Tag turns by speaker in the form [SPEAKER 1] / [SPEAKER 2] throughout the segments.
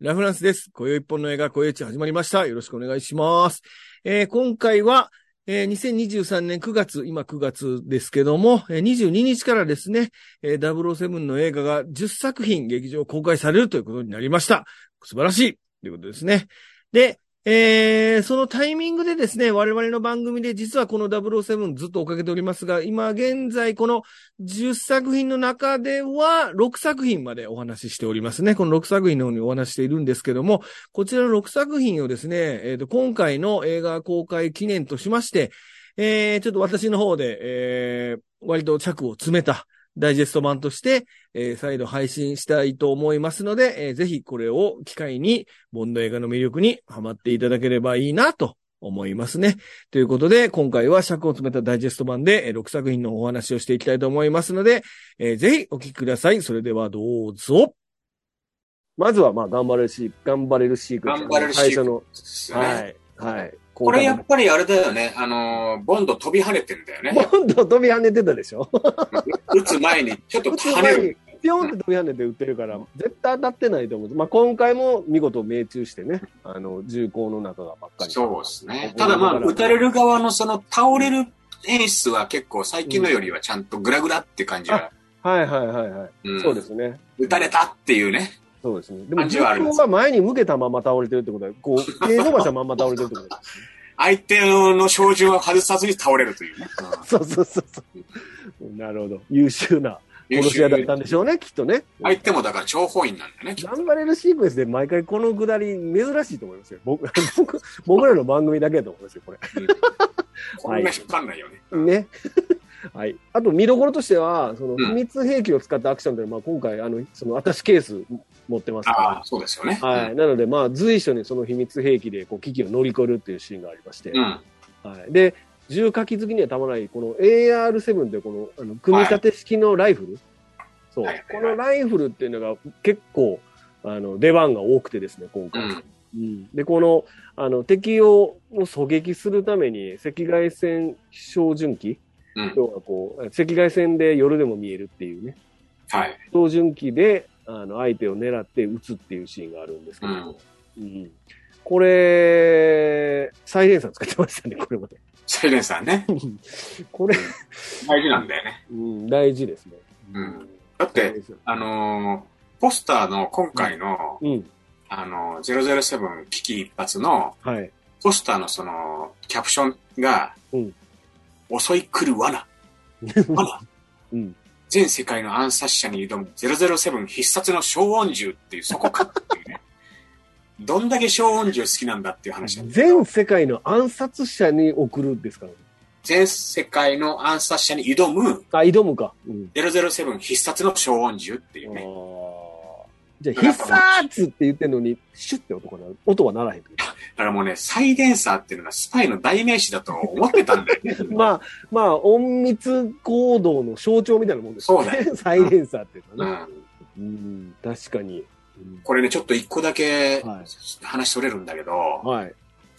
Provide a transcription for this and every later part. [SPEAKER 1] ラフランスです。今宵一本の映画、今宵一始まりました。よろしくお願いします。えー今回は、えー2023年9月、今9月ですけども、えー22日からですね、えー007の映画が10作品劇場公開されるということになりました。素晴らしいということですね。で、えーそのタイミングでですね、我々の番組で実はこの007ずっと追っかけておりますが、今現在この10作品の中では6作品までお話ししておりますね。この6作品の方にお話しているんですけども、こちらの6作品をですね、えーと今回の映画公開記念としまして、えーちょっと私の方で、えー割と着を詰めたダイジェスト版として、えー再度配信したいと思いますので、えーぜひこれを機会にボンド映画の魅力にハマっていただければいいなと思いますね。ということで、今回は尺を詰めたダイジェスト版でえー6作品のお話をしていきたいと思いますので、えーぜひお聞きください。それではどうぞ。まずは、まあ、頑張れるシーク、頑張れるシーク
[SPEAKER 2] 頑張れるシーク
[SPEAKER 1] 最初の、
[SPEAKER 2] ですよね
[SPEAKER 1] はい、はい。
[SPEAKER 2] これやっぱりあれだよね。あのー、ボンド飛び跳ねてんだよね。
[SPEAKER 1] ボンド飛び跳ねてたでしょ
[SPEAKER 2] 打つ前にちょっと跳ねる。
[SPEAKER 1] ピョンって飛び跳ねて打ってるから、絶対当たってないと思う。まあ、今回も見事命中してね、あの、重工の中がばっかり。
[SPEAKER 2] そうですね。ただまあ、打たれる側のその倒れる演出は結構最近のよりはちゃんとグラグラって感じが。
[SPEAKER 1] はいはいはいはい。
[SPEAKER 2] うん
[SPEAKER 1] そうですね。
[SPEAKER 2] 打たれたっていうね。
[SPEAKER 1] そうですね。でも、
[SPEAKER 2] 感じ
[SPEAKER 1] 重
[SPEAKER 2] はあるんで
[SPEAKER 1] 工
[SPEAKER 2] す
[SPEAKER 1] が前に向けたまま倒れてるってことは、こ う、手伸ばしたまま倒れてるってことだ
[SPEAKER 2] 相手の照準を外さずに倒れるというね。
[SPEAKER 1] そうそうそうそう。なるほど。優秀な
[SPEAKER 2] うん
[SPEAKER 1] 殺し屋だったんでしょうね、きっとね。
[SPEAKER 2] 相手もだから情報員なんだよね。きっと
[SPEAKER 1] 頑張れるシークエンスで毎回このくだり珍しいと思いますよ。僕、僕僕らの番組だけだと思いますよ、これ。
[SPEAKER 2] こんな引っ張んないよね。
[SPEAKER 1] ね。はい。あと見どころとしては、その、
[SPEAKER 2] ん
[SPEAKER 1] 秘密兵器を使ったアクションというのは、まあ今回、あの、その、私ケース持ってます
[SPEAKER 2] ああ
[SPEAKER 1] か、
[SPEAKER 2] そうですよね。
[SPEAKER 1] ら。はい。なので、まあ随所にその秘密兵器で、こう、危機を乗り越えるっていうシーンがありまして。
[SPEAKER 2] うん。
[SPEAKER 1] はい。で、銃火器好きにはたまらない、この AR7 で、この、あの、組み立て式のライフル。そう。
[SPEAKER 2] はい
[SPEAKER 1] このライフルっていうのが結構、あの、出番が多くてですね、今
[SPEAKER 2] う
[SPEAKER 1] 回。
[SPEAKER 2] ん。
[SPEAKER 1] で、この、あの、敵をを狙撃するために、赤外線照準器
[SPEAKER 2] うん。
[SPEAKER 1] 要はこう、赤外線で夜でも見えるっていうね、
[SPEAKER 2] はい。
[SPEAKER 1] 照準器で、あの、相手を狙って撃つっていうシーンがあるんですけども、うんこれ、サイレンサー使ってましたね、これまで。
[SPEAKER 2] サイレンさんね。
[SPEAKER 1] これ、
[SPEAKER 2] 大事なんだよね。
[SPEAKER 1] うん、大事ですね。
[SPEAKER 2] うんだって、あのーポスターの今回の、
[SPEAKER 1] うん、
[SPEAKER 2] あのー、007危機一発の
[SPEAKER 1] はい。
[SPEAKER 2] ポスターのその、キャプションが、
[SPEAKER 1] うん
[SPEAKER 2] 襲い来る 罠、罠、
[SPEAKER 1] うん
[SPEAKER 2] 全世界の暗殺者に挑む007必殺の小音銃っていう、そこかっていうね。 どんだけ小音銃好きなんだっていう話なんだけど
[SPEAKER 1] 全世界の暗殺者に送るですからね。
[SPEAKER 2] 全世界の暗殺者に挑む
[SPEAKER 1] あ、挑むか。うん。
[SPEAKER 2] 007必殺の小音銃っていう
[SPEAKER 1] あ
[SPEAKER 2] ね。
[SPEAKER 1] ーじゃあ、必殺って言ってんのに、シュッて音がなる。音はならへん。
[SPEAKER 2] だからもうね、サイレンサーっていうのがスパイの代名詞だと思ってたんだよね。
[SPEAKER 1] まあ、まあ、隠密行動の象徴みたいなもんです
[SPEAKER 2] そうだ
[SPEAKER 1] サイレンサーっていうの
[SPEAKER 2] う
[SPEAKER 1] はね。
[SPEAKER 2] ん
[SPEAKER 1] うん、確かに。うん
[SPEAKER 2] これね、ちょっと一個だけ
[SPEAKER 1] はい
[SPEAKER 2] 話取れるんだけど、
[SPEAKER 1] はい。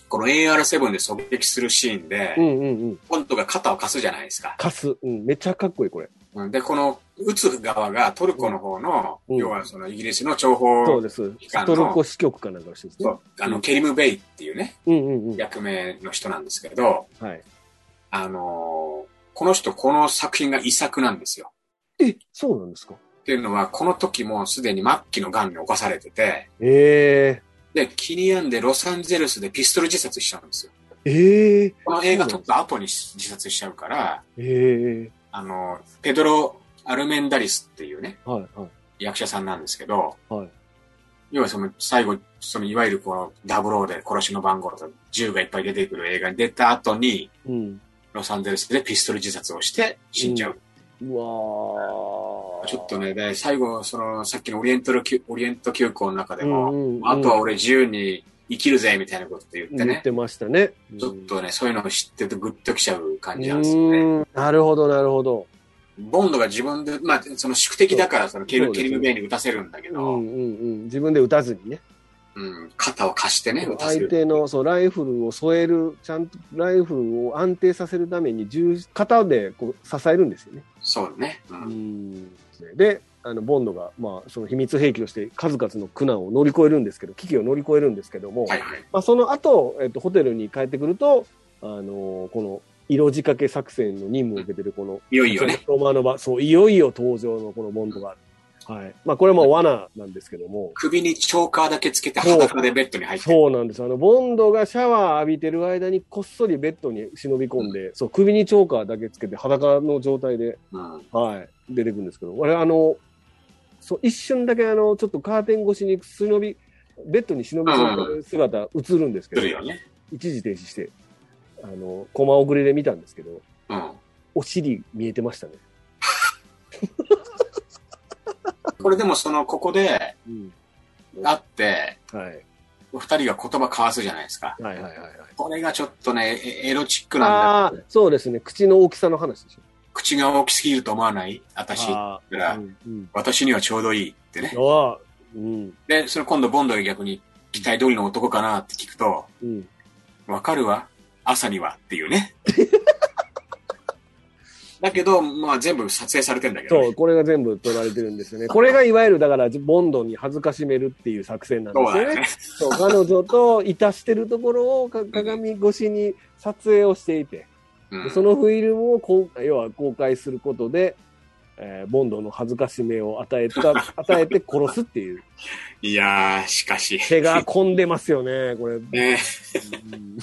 [SPEAKER 2] この AR7 で狙撃するシーンで、
[SPEAKER 1] うんうんうん。
[SPEAKER 2] ボンドが肩を貸すじゃないですか。
[SPEAKER 1] カス。うん、めっちゃかっこいい、これ。
[SPEAKER 2] うんで、この撃つ側がトルコの方の、
[SPEAKER 1] うん
[SPEAKER 2] 要はそのイギリスの諜報
[SPEAKER 1] そうです
[SPEAKER 2] あ。の
[SPEAKER 1] トルコ支局かなんかの人ですね。
[SPEAKER 2] そうあのケリム・ベイっていうね、
[SPEAKER 1] うんうんうん。
[SPEAKER 2] 役名の人なんですけど、
[SPEAKER 1] はい。
[SPEAKER 2] あのーこの人、この作品が遺作なんですよ。
[SPEAKER 1] え、そうなんですか
[SPEAKER 2] っていうのは、この時もすでに末期の癌に侵されてて、
[SPEAKER 1] え
[SPEAKER 2] で、気に病んでロサンゼルスでピストル自殺しちゃうんですよ。
[SPEAKER 1] えええ
[SPEAKER 2] この映画撮った後に自殺しちゃうから、
[SPEAKER 1] ええ
[SPEAKER 2] あの、ペドロ・アルメンダリスっていうね、
[SPEAKER 1] はいはい。
[SPEAKER 2] 役者さんなんですけど、
[SPEAKER 1] はい
[SPEAKER 2] 要はその最後、そのいわゆるこのダブローで殺しの番号と銃がいっぱい出てくる映画に出た後に、
[SPEAKER 1] うん。
[SPEAKER 2] ロサンゼルスでピストル自殺をして死んじゃう。
[SPEAKER 1] うわー
[SPEAKER 2] ちょっと、ね、で、最後、そのさっきのオリエントル急オリエント急行の中でも、
[SPEAKER 1] うんうん
[SPEAKER 2] あとは俺自由に生きるぜ、みたいなこと言って
[SPEAKER 1] 言っ
[SPEAKER 2] ね、
[SPEAKER 1] てましたね。
[SPEAKER 2] ちょっとね、そういうのを知っててグッときちゃう
[SPEAKER 1] う
[SPEAKER 2] 感じなんですよね。
[SPEAKER 1] ん、なるほど、なるほど。
[SPEAKER 2] ボンドが自分で、まあ、その宿敵だから、そのケ
[SPEAKER 1] そ
[SPEAKER 2] ル
[SPEAKER 1] うです
[SPEAKER 2] ケ
[SPEAKER 1] ね
[SPEAKER 2] リム・ベイに打たせるんだけ
[SPEAKER 1] う
[SPEAKER 2] ど、
[SPEAKER 1] んうんうん。自分で打たずにね。
[SPEAKER 2] うん、肩を貸してね、打たせ
[SPEAKER 1] 相
[SPEAKER 2] る。
[SPEAKER 1] 手のそうライフルを添える、ちゃんとライフルを安定させるために銃、肩でこう支えるんですよね。
[SPEAKER 2] そうね、うん
[SPEAKER 1] で、あのボンドが、まあ、その秘密兵器として数々の苦難を乗り越えるんですけど危機を乗り越えるんですけども、
[SPEAKER 2] はいはい。
[SPEAKER 1] まあ、その後、えっとホテルに帰ってくると、あのこの色仕掛け作戦の任務を受けてるこの
[SPEAKER 2] いよいよね。
[SPEAKER 1] ロマノバそういよいよ登場のこのボンドがある。はいまあ、これも罠なんですけども、
[SPEAKER 2] 首にチョーカーだけつけて
[SPEAKER 1] そう
[SPEAKER 2] 裸でベッドに入ってる。
[SPEAKER 1] そうなんです。あの、ボンドがシャワー浴びてる間に、こっそりベッドに忍び込んで、そう、首にチョーカーだけつけて、裸の状態で、
[SPEAKER 2] うん。
[SPEAKER 1] はい、出てくるんですけど、我々あの、そう、一瞬だけあの、ちょっとカーテン越しに忍び、ベッドに忍び込んでる姿映るんですけ
[SPEAKER 2] す
[SPEAKER 1] ど、
[SPEAKER 2] るよね。
[SPEAKER 1] 一時停止して、あの、コマ送りで見たんですけど、
[SPEAKER 2] うん。
[SPEAKER 1] お尻見えてましたね。
[SPEAKER 2] これでもその、ここで、
[SPEAKER 1] うん。
[SPEAKER 2] 会って、
[SPEAKER 1] はい。
[SPEAKER 2] お二人が言葉交わすじゃないですか。
[SPEAKER 1] はいはいはいはい。
[SPEAKER 2] これがちょっとね、エエロチックなんだ
[SPEAKER 1] ああ、そうですね。口の大きさの話でしょ。
[SPEAKER 2] 口が大きすぎると思わない私。
[SPEAKER 1] あ
[SPEAKER 2] だから
[SPEAKER 1] あ、うん、うん。
[SPEAKER 2] 私にはちょうどいいってね。
[SPEAKER 1] ああ、うん、
[SPEAKER 2] で、それ今度ボンドが逆に、期待通りの男かなって聞くと、
[SPEAKER 1] うん。
[SPEAKER 2] わかるわ、朝にはってい うね。だけど、まあ全部撮影されてんだけど、
[SPEAKER 1] そう、
[SPEAKER 2] ね。
[SPEAKER 1] これが全部取られてるんですよね。これがいわゆるだから、ボンドに恥ずかしめるっていう作戦なんで
[SPEAKER 2] そう
[SPEAKER 1] す
[SPEAKER 2] だ
[SPEAKER 1] よ
[SPEAKER 2] よ
[SPEAKER 1] ね
[SPEAKER 2] ね。。
[SPEAKER 1] そう彼女といたしてるところをか鏡越しに撮影をしていて、
[SPEAKER 2] う
[SPEAKER 1] で
[SPEAKER 2] ん、
[SPEAKER 1] そのフィルムをこう要は公開することで、えーボンドの恥ずかしめを与え た、与えて殺すっていう。
[SPEAKER 2] いやー、しかし。
[SPEAKER 1] 手が込んでますよね、これ。
[SPEAKER 2] ね、
[SPEAKER 1] うん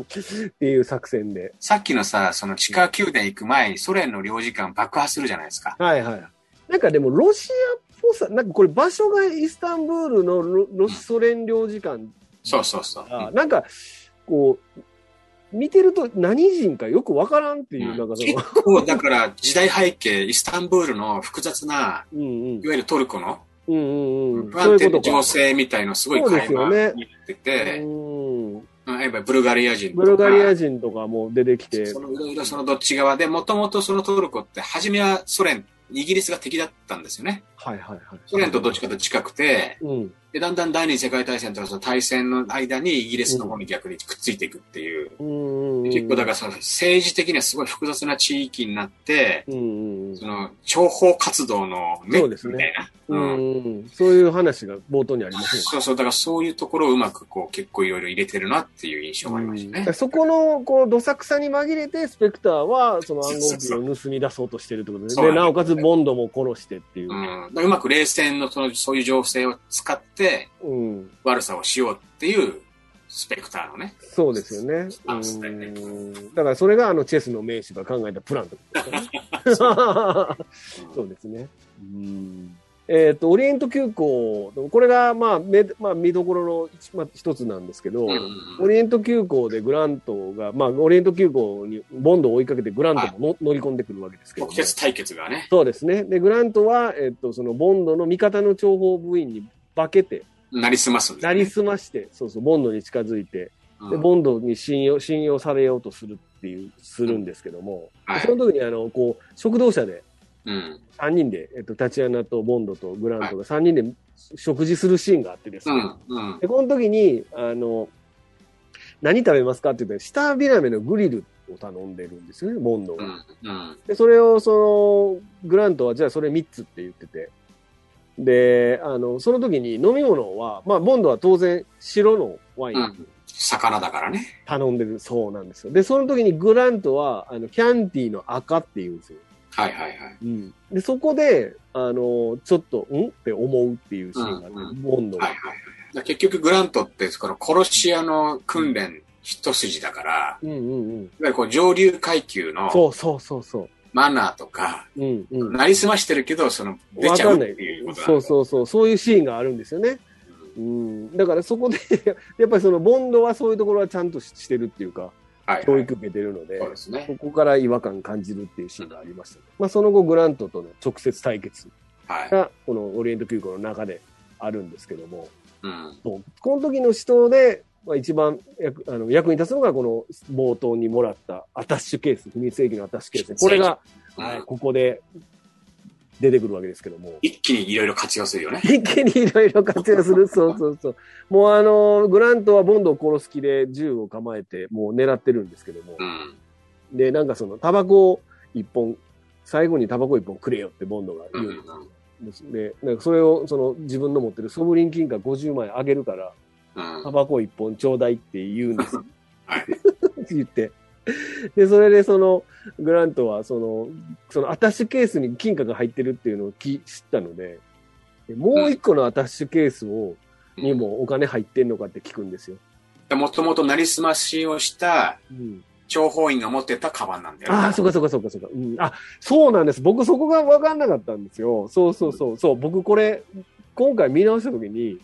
[SPEAKER 1] っていう作戦で。
[SPEAKER 2] さっきのさ、その地下宮殿行く前にソ連の領事館爆破するじゃないですか。
[SPEAKER 1] はいはい。なんかでもロシアっぽさ、なんかこれ場所がイスタンブールのロロソ連領事館
[SPEAKER 2] そうそうそう。
[SPEAKER 1] あなんか、こう、見てると何人かよくわからんっていう、なんかそ
[SPEAKER 2] 結
[SPEAKER 1] の、
[SPEAKER 2] 構、だから時代背景、イスタンブールの複雑な、
[SPEAKER 1] うんうん
[SPEAKER 2] い。わゆるトルコの
[SPEAKER 1] うんうんうん。
[SPEAKER 2] 不
[SPEAKER 1] そう
[SPEAKER 2] 安
[SPEAKER 1] いう
[SPEAKER 2] 定
[SPEAKER 1] こ
[SPEAKER 2] な
[SPEAKER 1] と
[SPEAKER 2] 情
[SPEAKER 1] か。
[SPEAKER 2] 勢みたいのすごい
[SPEAKER 1] そうで
[SPEAKER 2] 垣
[SPEAKER 1] すよ
[SPEAKER 2] 間
[SPEAKER 1] ね
[SPEAKER 2] 見って
[SPEAKER 1] う
[SPEAKER 2] て、
[SPEAKER 1] ん
[SPEAKER 2] うんやっぱりブルガリア人とか
[SPEAKER 1] ブルガリア人とかも出てきて
[SPEAKER 2] そ、のいろいろそのどっち側で、もともとそのトルコって、初めはソ連、イギリスが敵だったんですよね。
[SPEAKER 1] はいはいはい。
[SPEAKER 2] ソ連とどっちかと近くて、
[SPEAKER 1] うん。
[SPEAKER 2] でだんだん第二次世界大戦とのその対戦の間にイギリスの方に逆にくっついていくっていう。
[SPEAKER 1] うんうんうん。
[SPEAKER 2] 結構だからその政治的にはすごい複雑な地域になって、
[SPEAKER 1] うんうんうん
[SPEAKER 2] その諜報活動のメ
[SPEAKER 1] そうですね
[SPEAKER 2] みたいな。
[SPEAKER 1] う
[SPEAKER 2] うん
[SPEAKER 1] んうん。そういう話が冒頭にありますね。
[SPEAKER 2] そうそう、だからそういうところをうまくこう結構いろいろ入れてるなっていう印象がありました
[SPEAKER 1] う
[SPEAKER 2] ね
[SPEAKER 1] ん。そこの、こう、どさくさに紛れて、スペクターは、その暗号機を盗み出そうとしてるってことで、
[SPEAKER 2] そうそう
[SPEAKER 1] で、なおかつ、ボンドも殺してっていう
[SPEAKER 2] う。ん、だからうまく冷戦のそのそういう情勢を使って
[SPEAKER 1] うん。
[SPEAKER 2] 悪さをしようっていうスペクターのね、
[SPEAKER 1] そうですよね。
[SPEAKER 2] あ
[SPEAKER 1] う
[SPEAKER 2] そうだよね
[SPEAKER 1] んだからそれがあのチェスの名手が考えたプランってことですね。そうですね。
[SPEAKER 3] うん。
[SPEAKER 1] えっ、と、オリエント急行、これがまあ、めまあ、見どころの一,、まあ、一つなんですけど、
[SPEAKER 2] うん
[SPEAKER 1] オリエント急行でグラントが、まあ、オリエント急行にボンドを追いかけてグラントもの乗り込んでくるわけですけど、
[SPEAKER 2] 直
[SPEAKER 1] ね。
[SPEAKER 2] 接対決がね、
[SPEAKER 1] そうですね。で、グラントは、えっ、と、そのボンドの味方の諜報部員に化けて、
[SPEAKER 2] なりすますんで、ね。
[SPEAKER 1] なりすまして、そうそう、ボンドに近づいて、
[SPEAKER 2] うん
[SPEAKER 1] で、ボンドに信用、信用されようとするっていう、するんですけども、
[SPEAKER 2] はい
[SPEAKER 1] その時に、あの、こう、食堂車で、
[SPEAKER 2] うん。
[SPEAKER 1] 3人で、えっと、タチアナとボンドとグラントが3人で食事するシーンがあってです
[SPEAKER 2] う
[SPEAKER 1] ね。
[SPEAKER 2] ん。うん。
[SPEAKER 1] で、この時に、あの、何食べますかって言って、下ビラメのグリルを頼んでるんですよね、ボンド
[SPEAKER 2] う
[SPEAKER 1] が。
[SPEAKER 2] ん。うん。
[SPEAKER 1] で、それを、その、グラントは、じゃあそれ3つって言ってて。で、あの、その時に飲み物は、まあ、ボンドは当然白のワイ
[SPEAKER 2] う
[SPEAKER 1] ン
[SPEAKER 2] ん。魚だからね。
[SPEAKER 1] 頼んでるそうなんですよ。で、その時にグラントは、あの、キャンティーの赤って言うんですよ。
[SPEAKER 2] はいはいはい。
[SPEAKER 1] で、そこで、あの、ちょっと、んって思うっていうシーンがあって、
[SPEAKER 2] うんう
[SPEAKER 1] ボンド
[SPEAKER 2] はい
[SPEAKER 1] が
[SPEAKER 2] はいはい。だから結局グラントって、この殺し屋の訓練一筋だから、
[SPEAKER 1] うんうんうん。
[SPEAKER 2] いわゆるこう上流階級
[SPEAKER 1] そ
[SPEAKER 2] の
[SPEAKER 1] うそうそうそ
[SPEAKER 2] マナーとか、
[SPEAKER 1] う。うんうん。
[SPEAKER 2] なりすましてるけど、その、出
[SPEAKER 1] わ
[SPEAKER 2] ちゃ
[SPEAKER 1] か
[SPEAKER 2] うんって
[SPEAKER 1] ない
[SPEAKER 2] いうことなんだ
[SPEAKER 1] そうそうそう。そういうシーンがあるんですよね。うん。だからそこで、 やっぱりその、ボンドはそういうところはちゃんとししてるっていうか、
[SPEAKER 2] はい、はい。
[SPEAKER 1] 教育受けてるので、
[SPEAKER 2] そうですね。
[SPEAKER 1] ここから違和感感じるっていうシーンがありましたね。まあ、その後、グラントとの直接対決
[SPEAKER 2] はい。
[SPEAKER 1] が、このオリエント急行の中であるんですけども、
[SPEAKER 2] うん。
[SPEAKER 1] そうこの時の死闘で、まあ、一番役あの役に立つのが、この冒頭にもらったアタッシュケース、秘密兵器のアタッシュケースね。これが、はい、ここで出てくるわけですけども。
[SPEAKER 2] 一気にいろいろ活用するよね。
[SPEAKER 1] 一気にいろいろ活用す る。そうそうそう。もうあの、グラントはボンドを殺す気で銃を構えて、もう狙ってるんですけども
[SPEAKER 2] う。ん。
[SPEAKER 1] で、なんかその、タバコを一本、最後にタバコ一本くれよってボンドが
[SPEAKER 2] う
[SPEAKER 1] 言
[SPEAKER 2] ん
[SPEAKER 1] う
[SPEAKER 2] うんん
[SPEAKER 1] です。ですで、なんかそれをその自分の持ってるソブリン金貨50枚あげるから、
[SPEAKER 2] うん。
[SPEAKER 1] タバコ1本ちょうだいって言うんです。
[SPEAKER 2] はい
[SPEAKER 1] って 言って。で、それでその、グラントはその、そのアタッシュケースに金貨が入ってるっていうのをき知ったので、でもう一個のアタッシュケースを、にもお金入ってんのかって聞くんですよ。
[SPEAKER 2] もともとなりすましをした
[SPEAKER 1] うん、
[SPEAKER 2] 諜報員が持ってたカバンなんだよね。
[SPEAKER 1] ああ、そうかそうかそうかそうか、うん。あ、そうなんです。僕そこが分かんなかったんですよ。そうそうそう。そう、僕これ、今回見直した時に、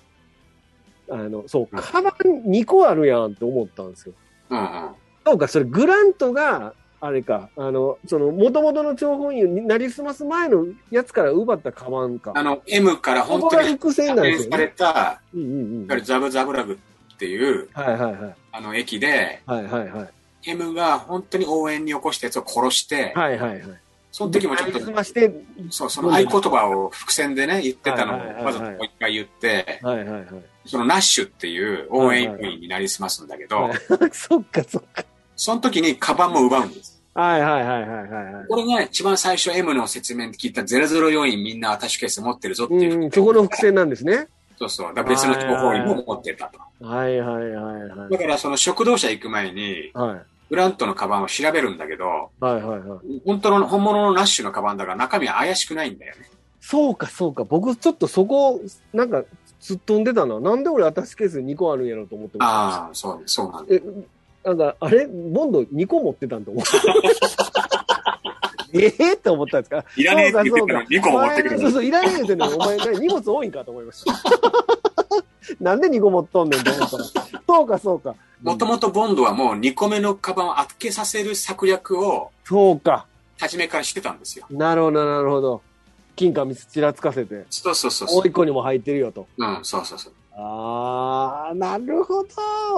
[SPEAKER 1] あの、そう、
[SPEAKER 2] うん
[SPEAKER 1] カバン2個あるやんって思ったんですよ。
[SPEAKER 2] うんうん。
[SPEAKER 1] そうか、それグラントが、あれか、あの、その、元々の張本員になりすます前のやつから奪ったカバンか。
[SPEAKER 2] あの、M から
[SPEAKER 1] こ
[SPEAKER 2] 本
[SPEAKER 1] こ
[SPEAKER 2] 当
[SPEAKER 1] が
[SPEAKER 2] に
[SPEAKER 1] 伏線なん
[SPEAKER 2] 発
[SPEAKER 1] で
[SPEAKER 2] 見
[SPEAKER 1] す
[SPEAKER 2] さ
[SPEAKER 1] よ
[SPEAKER 2] れ
[SPEAKER 1] ね。
[SPEAKER 2] た、いわ
[SPEAKER 1] うんうんうん。
[SPEAKER 2] ゆ
[SPEAKER 1] はい
[SPEAKER 2] るザブザブラブっていう、
[SPEAKER 1] はいはい。
[SPEAKER 2] あの、駅で、
[SPEAKER 1] はいはいはい。
[SPEAKER 2] M が本当に応援に起こしたやつを殺して、
[SPEAKER 1] はいはいはい。
[SPEAKER 2] その時もちょっ
[SPEAKER 1] なりす
[SPEAKER 2] と、
[SPEAKER 1] まして、
[SPEAKER 2] そう、その合言葉を伏線でね、言ってたの
[SPEAKER 1] はいはいはい
[SPEAKER 2] を、わざともう一回言って、
[SPEAKER 1] はいはいはい。
[SPEAKER 2] そのナッシュっていう応援員になりすますんだけど、
[SPEAKER 1] はいそっかそっか。
[SPEAKER 2] その時にカバンも奪うんです。
[SPEAKER 1] はいはいはいはいはいはい。
[SPEAKER 2] これが一番最初 M の説明で聞いた004員みんなアタッシュケース持ってるぞってい
[SPEAKER 1] う
[SPEAKER 2] う。
[SPEAKER 1] ん、そこの伏線なんです ね。
[SPEAKER 2] そうそう。だから別の情報員も持ってたと。
[SPEAKER 1] はいはいはいはい
[SPEAKER 2] だ。からその食堂車行く前に、
[SPEAKER 1] はい
[SPEAKER 2] グラントのカバンを調べるんだけど、
[SPEAKER 1] はいはいはい。
[SPEAKER 2] 本当の、本物のナッシュのカバンだから中身は怪しくないんだよね。
[SPEAKER 1] そうかそうか。僕ちょっとそこ、なんか、突っ飛んでたな。なんで俺私ケース2個あるんやろうと思ってました
[SPEAKER 2] ああ、そう、そうなんだ。
[SPEAKER 1] え、なんか、あれボンド2個持ってたんと 思った。ええと思ったんですか
[SPEAKER 2] いらねえって言ってたのに2個も持ってくる
[SPEAKER 1] お前そうそう、いらねえって言ってんのにお前、何荷物多いんかと思いました。 なんで2個持っとんねんと思ったら。そうか、そうか。
[SPEAKER 2] もともとボンドはもう2個目のカバンを開けさせる策略を
[SPEAKER 1] そうか。
[SPEAKER 2] 初めからしてたんですよ。
[SPEAKER 1] なるほど、なるほど。金貨見つちらつかせて、
[SPEAKER 2] そうそうそうそ
[SPEAKER 1] も
[SPEAKER 2] う
[SPEAKER 1] う。1個にも入ってるよと。
[SPEAKER 2] うん、そうそうそう。
[SPEAKER 1] あー、なるほど。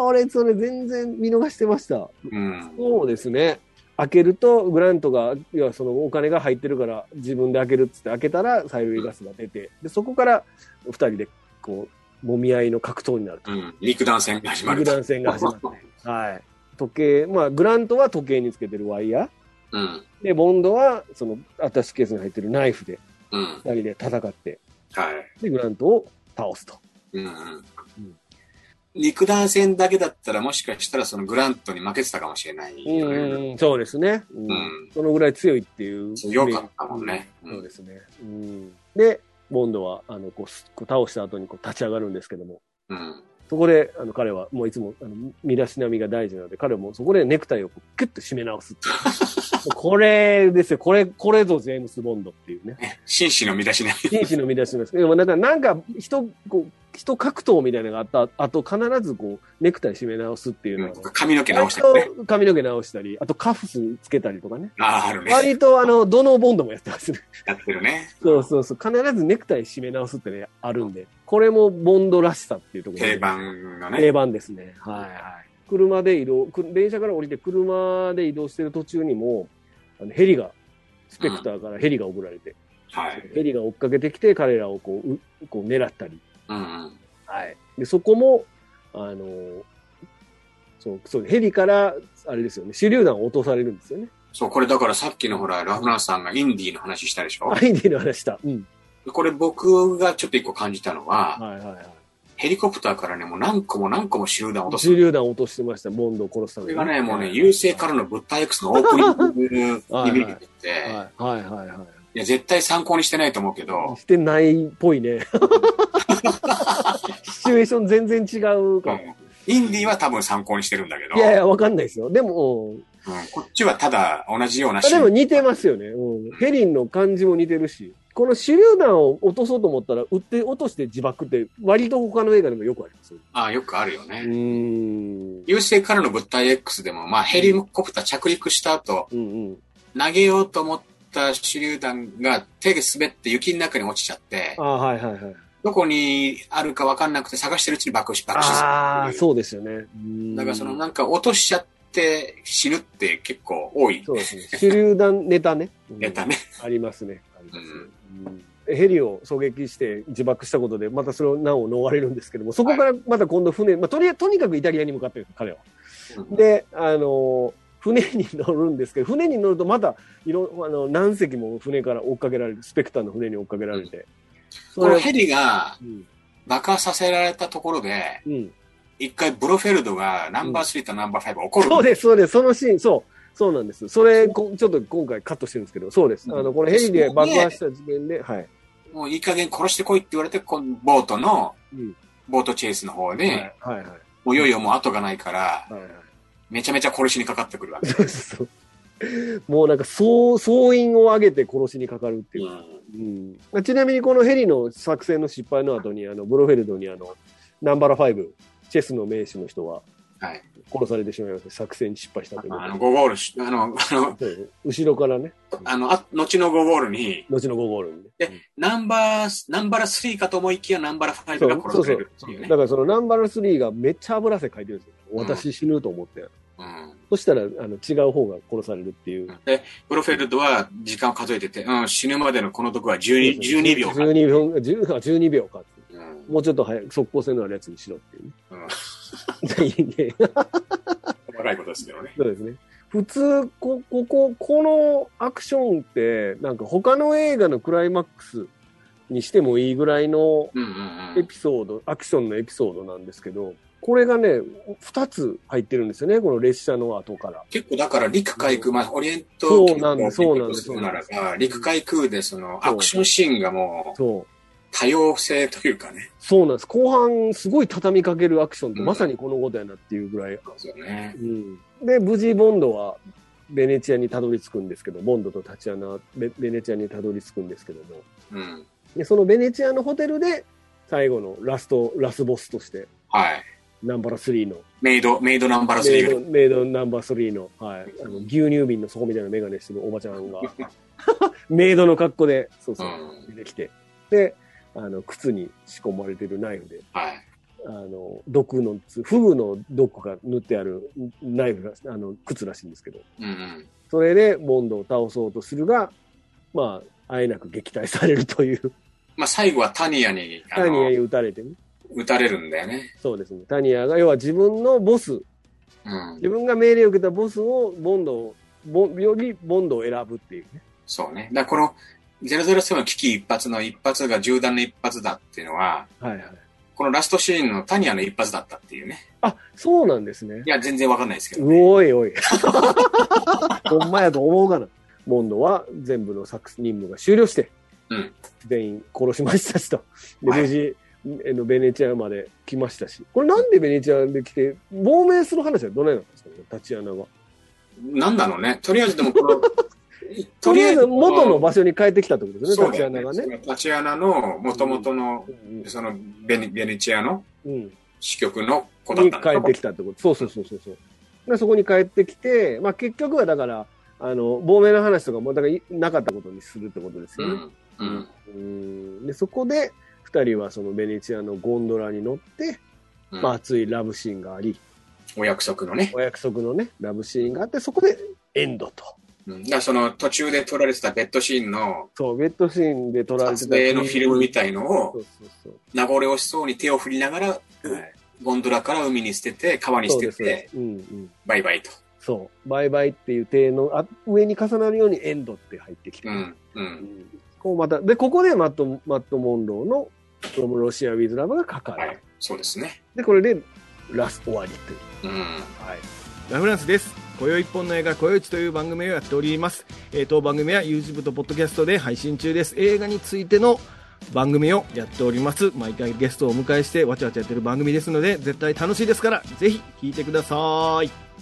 [SPEAKER 1] 俺、それ全然見逃してました。
[SPEAKER 2] うん。
[SPEAKER 1] そうですね。開けると、グラントが、要はそのお金が入ってるから、自分で開けるっつって開けたら、催涙ガスが出て、で、そこから、二人で、こう、揉み合いの格闘になると。
[SPEAKER 2] うん。陸弾戦が始まる
[SPEAKER 1] グ
[SPEAKER 2] と。
[SPEAKER 1] ラン戦が始まって。はい。時計、まあ、グラントは時計につけてるワイヤー。
[SPEAKER 2] うん。
[SPEAKER 1] で、ボンドは、その、アタッシュケースに入ってるナイフで、
[SPEAKER 2] うん。
[SPEAKER 1] 二人で戦って、
[SPEAKER 2] はい。
[SPEAKER 1] で、グラントを倒すと。
[SPEAKER 2] うんうん。肉弾戦だけだったらもしかしたらそのグラントに負けてたかもしれないよね、
[SPEAKER 1] うん、そうですね。うん
[SPEAKER 2] うん
[SPEAKER 1] そのぐらい強いっていう。
[SPEAKER 2] 強かったもんね
[SPEAKER 1] う
[SPEAKER 2] うん
[SPEAKER 1] そうですね。うん、で、ボンドは、あの、こうす、こう倒した後にこう立ち上がるんですけども、
[SPEAKER 2] うん。
[SPEAKER 1] そこで、あの、彼は、もういつも、あの、身だしなみが大事なので、彼はもうそこでネクタイをこうキュッと締め直す っていうこれですよ。これ、これぞジェームス・ボンドっていうね。
[SPEAKER 2] 紳士の身だしなみ。
[SPEAKER 1] 紳士の身だしなみですけど、でもなんか、なんか、人、こう、人格闘みたいなのがあった後、必ずこう、ネクタイ締め直すっていうのは、
[SPEAKER 2] 髪の毛直したりね。
[SPEAKER 1] 割と髪の毛直したり、あとカフスつけたりとかね。
[SPEAKER 2] ああ、あるね。
[SPEAKER 1] 割とあの、どのボンドもやってますね。
[SPEAKER 2] やってるね。
[SPEAKER 1] そうそうそう。必ずネクタイ締め直すってね、あるんで。これもボンドらしさっていうところで
[SPEAKER 2] 定。番のね。
[SPEAKER 1] 定番ですね。はいはい。車で移動、く電車から降りて車で移動してる途中にも、あのヘリが、スペクターからヘリが送られて、
[SPEAKER 2] はい。
[SPEAKER 1] ヘリが追っかけてきて彼らをこう、うこう狙ったり。
[SPEAKER 2] うんうん。
[SPEAKER 1] はい。で、そこも、あのーそう、そう、ヘリから、あれですよね、手榴弾を落とされるんですよね。
[SPEAKER 2] そう、これだからさっきのほら、ラフナーさんがインディーの話したでしょ
[SPEAKER 1] アイディの話した。うん。
[SPEAKER 2] これ僕がちょっと一個感じたのは、
[SPEAKER 1] はいはいはい。
[SPEAKER 2] ヘリコプターからね、もう何個も何個も手榴弾落とす
[SPEAKER 1] 手。榴弾落としてました、ボンドを殺すた
[SPEAKER 2] こ
[SPEAKER 1] め
[SPEAKER 2] れ
[SPEAKER 1] に。
[SPEAKER 2] がね、もうね、優勢からの物体 X のオープニ ングに見えてて、い
[SPEAKER 1] はいはいはいは
[SPEAKER 2] や、絶対参考にしてないと思うけ
[SPEAKER 1] い。
[SPEAKER 2] ど、
[SPEAKER 1] してないっぽい ね。シチュエーション全然違うから。
[SPEAKER 2] インディーは多分参考にしてるんだけど、
[SPEAKER 1] いやいや、わかんないですよ。でも、うん
[SPEAKER 2] うんこっちはただ同じような
[SPEAKER 1] あでも
[SPEAKER 2] に
[SPEAKER 1] 似てますよね。うん。ヘリンの感じも似てるし。この手榴弾を落とそうと思ったら、撃って、落として自爆って、割と他の映画でもよくありますよ。
[SPEAKER 2] あよくあるよね。
[SPEAKER 1] うーん。
[SPEAKER 2] 優勢からの物体 X でも、まあ、ヘリコプター着陸した後、
[SPEAKER 1] うんうん。
[SPEAKER 2] 投げようと思った手榴弾が手で滑って雪の中に落ちちゃって
[SPEAKER 1] あ、あ、はいはいはい。
[SPEAKER 2] どこにあるかわかんなくて探してるうちに爆死、爆死する
[SPEAKER 1] ああ、
[SPEAKER 2] う。
[SPEAKER 1] そうですよね。うーん
[SPEAKER 2] だからそのなんか落としちゃって死ぬって結構多い
[SPEAKER 1] そうですね。手榴弾ネタね。
[SPEAKER 2] ネタね。
[SPEAKER 1] ありますね。ありますねうんヘリを狙撃して自爆したことで、またそれを難を逃れるんですけども、そこからまた今度船、まあ、とりあえず、とにかくイタリアに向かってるんです彼は。
[SPEAKER 2] うん
[SPEAKER 1] で、あのー船に乗るんですけど、船に乗るとまた、いろ、あの、何隻も船から追っかけられる、スペクターの船に追っかけられて、
[SPEAKER 2] このヘリが
[SPEAKER 1] うん。
[SPEAKER 2] 爆破させられたところで、
[SPEAKER 1] うん。
[SPEAKER 2] 一回ブロフェルドがナンバー3とナンバー5怒る。
[SPEAKER 1] そうです、そうです。そのシーン、そう。そうなんです。それ、こちょっと今回カットしてるんですけど、そうです。あの、このヘリで爆破した事件で、はい。
[SPEAKER 2] もういい加減殺してこいって言われて、このボートの
[SPEAKER 1] うん、
[SPEAKER 2] ボートチェイスの方で、
[SPEAKER 1] はいはい。
[SPEAKER 2] もういよいよもう後がないから、
[SPEAKER 1] はいはい。
[SPEAKER 2] めちゃめちゃ殺しにかかってくるわけ。
[SPEAKER 1] そうそうそう。もうなんか、総、総員を上げて殺しにかかるっていう。うんまあちなみにこのヘリの作戦の失敗の後に、あの、ブロフェルドにあの、ナンバラ5、チェスの名手の人は
[SPEAKER 2] はい。
[SPEAKER 1] 殺されてしまいました。作戦に失敗したというこ
[SPEAKER 2] あ
[SPEAKER 1] と
[SPEAKER 2] の、
[SPEAKER 1] で
[SPEAKER 2] 5ゴールし、あの、あの、
[SPEAKER 1] そうです。後ろからね、
[SPEAKER 2] あの、あ後の5ゴールに、
[SPEAKER 1] 後の5ゴールにね。
[SPEAKER 2] でナンバー、ナンバラ3かと思いきやナンバラ5が殺されるっていうね。
[SPEAKER 1] だからそのナンバラ3がめっちゃ油汗かいてるんですよ。
[SPEAKER 2] ん
[SPEAKER 1] 私死ぬと思って。
[SPEAKER 2] うん
[SPEAKER 1] そしたら、あの、違う方が殺されるっていう。
[SPEAKER 2] で、プロフェルドは時間を数えてて、うん、死ぬまでのこのとこは 12, 12秒か。
[SPEAKER 1] 12秒、10あ12秒か。
[SPEAKER 2] うん
[SPEAKER 1] もうちょっと早く、速攻性のあるやつにしろっていうね。
[SPEAKER 2] うん
[SPEAKER 1] いいね
[SPEAKER 2] 細かいことですけどね。
[SPEAKER 1] そうですね。普通、こ、ここ、このアクションって、なんか他の映画のクライマックスにしてもいいぐらいの
[SPEAKER 2] うんうんう
[SPEAKER 1] エ
[SPEAKER 2] ん。
[SPEAKER 1] ピソード、アクションのエピソードなんですけど、これがね、二つ入ってるんですよね、この列車の後から。
[SPEAKER 2] 結構だから陸海空、まあ、オリエント
[SPEAKER 1] そうなんですそ
[SPEAKER 2] 教育を
[SPEAKER 1] うなんです
[SPEAKER 2] するなら
[SPEAKER 1] そうなん
[SPEAKER 2] ば、
[SPEAKER 1] です
[SPEAKER 2] 陸海空でその
[SPEAKER 1] そう
[SPEAKER 2] アクションシーンがもう
[SPEAKER 1] そう。
[SPEAKER 2] 多様性というかね。
[SPEAKER 1] そうなんです。後半、すごい畳みかけるアクションって、
[SPEAKER 2] うん
[SPEAKER 1] まさにこのことやなっていうぐらい。
[SPEAKER 2] そうですよね。
[SPEAKER 1] うん。で、無事、ボンドは、ベネチアにたどり着くんですけど、ボンドとタチアナ、ベベネチアにたどり着くんですけども、
[SPEAKER 2] うん。
[SPEAKER 1] で、そのベネチアのホテルで、最後のラスト、ラスボスとして、
[SPEAKER 2] はい。
[SPEAKER 1] ナンバラ3の、
[SPEAKER 2] メイド、メイドナンバラ
[SPEAKER 1] メイ
[SPEAKER 2] 3
[SPEAKER 1] ド、
[SPEAKER 2] が。
[SPEAKER 1] メイドナンバー3の、はい、あの牛乳瓶の底みたいなメガネしてるおばちゃんが、メイドの格好で、そうそうう、
[SPEAKER 2] ん。
[SPEAKER 1] 出てきて、で、あの、靴に仕込まれてるナイフで、
[SPEAKER 2] はい。
[SPEAKER 1] あの、毒のつ、フグの毒が塗ってあるナイフが、あの、靴らしいんですけど、
[SPEAKER 2] うんうん。
[SPEAKER 1] それでボンドを倒そうとするが、まあ、あえなく撃退されるという、
[SPEAKER 2] まあ、最後はタニアに、あ
[SPEAKER 1] タニアに
[SPEAKER 2] の、
[SPEAKER 1] 撃たれてね。
[SPEAKER 2] 撃たれるんだよね。
[SPEAKER 1] そうですね。タニアが、要は自分のボス、
[SPEAKER 2] うん
[SPEAKER 1] 自。分が命令を受けたボスを、ボンドを、ボンよりボンドを選ぶっていうね。
[SPEAKER 2] そうね。だからこの007の危機一発の一発が銃弾の一発だっていうのは、
[SPEAKER 1] はいはい。
[SPEAKER 2] このラストシーンのタニアの一発だったっていうね。
[SPEAKER 1] あ、そうなんですね
[SPEAKER 2] い。や、全然わかんないですけど、
[SPEAKER 1] う
[SPEAKER 2] ね。
[SPEAKER 1] おいおい。ほんまやと思うがな。ボンドは全部の作任務が終了して、
[SPEAKER 2] うん
[SPEAKER 1] 全員殺しましたしと。で、
[SPEAKER 2] はい
[SPEAKER 1] 無事、えのベネチアまで来ましたし。これなんでベネチアで来て、亡命する話はどないなんですかね、タチアナは。
[SPEAKER 2] なんなのね。とりあえずでもこ の、
[SPEAKER 1] とりあえず元の場
[SPEAKER 2] 所
[SPEAKER 1] 所に帰ってきたってことですね、
[SPEAKER 2] そう
[SPEAKER 1] タ
[SPEAKER 2] だ
[SPEAKER 1] チ
[SPEAKER 2] よ
[SPEAKER 1] アナがね。
[SPEAKER 2] ね。タチアナの元々の
[SPEAKER 1] う、ん
[SPEAKER 2] そのベネ、ベネチアの
[SPEAKER 1] うん
[SPEAKER 2] 支局の子だっ
[SPEAKER 1] に
[SPEAKER 2] たん
[SPEAKER 1] 帰
[SPEAKER 2] だ
[SPEAKER 1] ってきたってこと。そうそうそうそうそう。でそこに帰ってきて、まあ結局はだから、あの、亡命の話とかも、だからいなかったことにするってことです
[SPEAKER 2] う
[SPEAKER 1] よね。
[SPEAKER 2] ん。うん。
[SPEAKER 1] うんで、そこで、二人はそのベネチアのゴンドラに乗って、
[SPEAKER 2] うん
[SPEAKER 1] まあ熱いラブシーンがあり、
[SPEAKER 2] お約束のね。
[SPEAKER 1] お約束のね、ラブシーンがあって、そこでエンドと。
[SPEAKER 2] うんだからその途中で撮られてたベッドシーンの
[SPEAKER 1] そう、ベッドシーンで撮られて
[SPEAKER 2] 撮
[SPEAKER 1] た。
[SPEAKER 2] 影のフィルムみたいの
[SPEAKER 1] そ
[SPEAKER 2] を
[SPEAKER 1] うそうそう。
[SPEAKER 2] 名残惜しそうに手を振りながら、ゴンドラから海に捨てて、川に
[SPEAKER 1] そ
[SPEAKER 2] 捨
[SPEAKER 1] う
[SPEAKER 2] て
[SPEAKER 1] ですそうで
[SPEAKER 2] て、
[SPEAKER 1] す。うんうん。
[SPEAKER 2] バイバイと。
[SPEAKER 1] そう。バイバイっていう体のあ上に重なるようにエンドって入ってきて。
[SPEAKER 2] うん。う。
[SPEAKER 1] うんんこうまた、で、ここでマット、マット・モンローの、フロム・ロシア・ウィズ・ラブがかかる。
[SPEAKER 2] はい。そうですね。
[SPEAKER 1] で、これで、ラスト終わりっていう。
[SPEAKER 2] うん。
[SPEAKER 1] はい。
[SPEAKER 3] ラフランスです。今宵一本の映画、今宵一という番組をやっております。えー当番組は YouTube と Podcast で配信中です。映画についての番組をやっております。毎回ゲストをお迎えしてわちゃわちゃやってる番組ですので、絶対楽しいですから、ぜひ聞いてください。